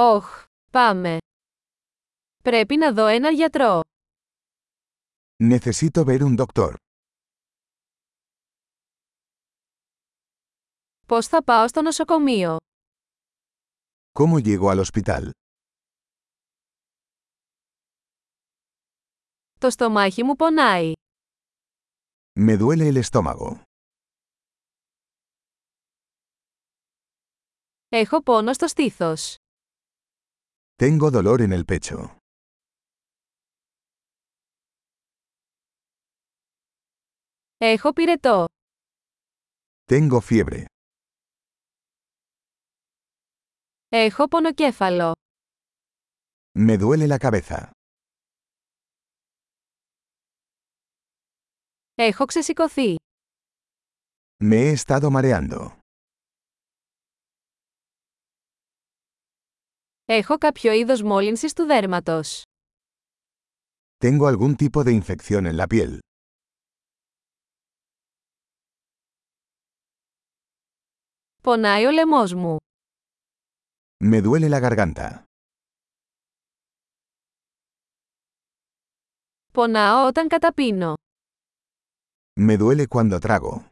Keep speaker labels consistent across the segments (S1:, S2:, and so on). S1: Ωχ, πάμε. Πρέπει να δω έναν γιατρό.
S2: Necesito ver un doctor.
S1: Πώς θα πάω στο νοσοκομείο.
S2: ¿Cómo llego al hospital?
S1: Το στομάχι μου πονάει.
S2: Me duele el estómago.
S1: Έχω πόνο στο στήθος.
S2: Tengo dolor en el pecho.
S1: Έχω πυρετό.
S2: Tengo fiebre.
S1: Έχω πονοκέφαλο.
S2: Me duele la cabeza.
S1: Έχω ξεσηκωθεί.
S2: Me he estado mareando.
S1: Έχω κάποιο είδος μόλυνσης του δέρματος.
S2: Tengo algún tipo de infección en la piel.
S1: Πονάει ο λαιμός μου.
S2: Me duele la garganta.
S1: Πονάω όταν καταπίνω.
S2: Me duele cuando trago.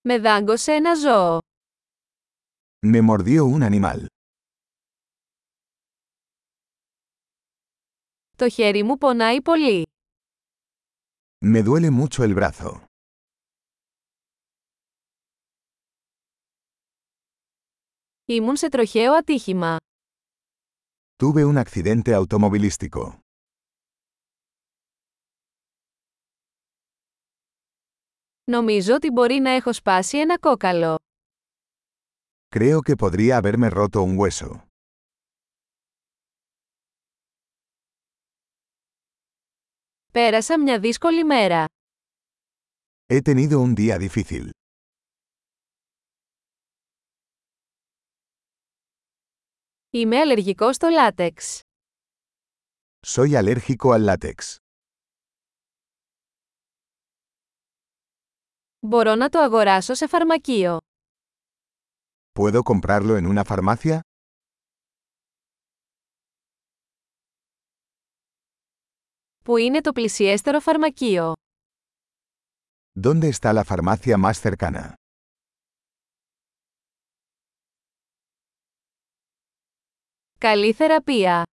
S1: Με δάγκωσε ένα ζώο.
S2: Me mordió un animal.
S1: Το χέρι μου πονάει πολύ.
S2: Me duele mucho el brazo.
S1: Ήμουν σε τροχαίο ατύχημα.
S2: Tuve un accidente automovilístico.
S1: Νομίζω ότι μπορεί να έχω σπάσει ένα κόκαλο.
S2: Creo que podría haberme roto un hueso.
S1: Πέρασα μια δύσκολη μέρα.
S2: He tenido un día difícil.
S1: Είμαι αλλεργικό στο λάτεξ.
S2: Soy alérgico al látex.
S1: Μπορώ να το αγοράσω σε φαρμακείο.
S2: ¿Puedo comprarlo en una farmacia?
S1: Πού είναι το πλησιέστερο φαρμακείο.
S2: ¿Dónde está la farmacia más cercana?
S1: Καλή θεραπεία.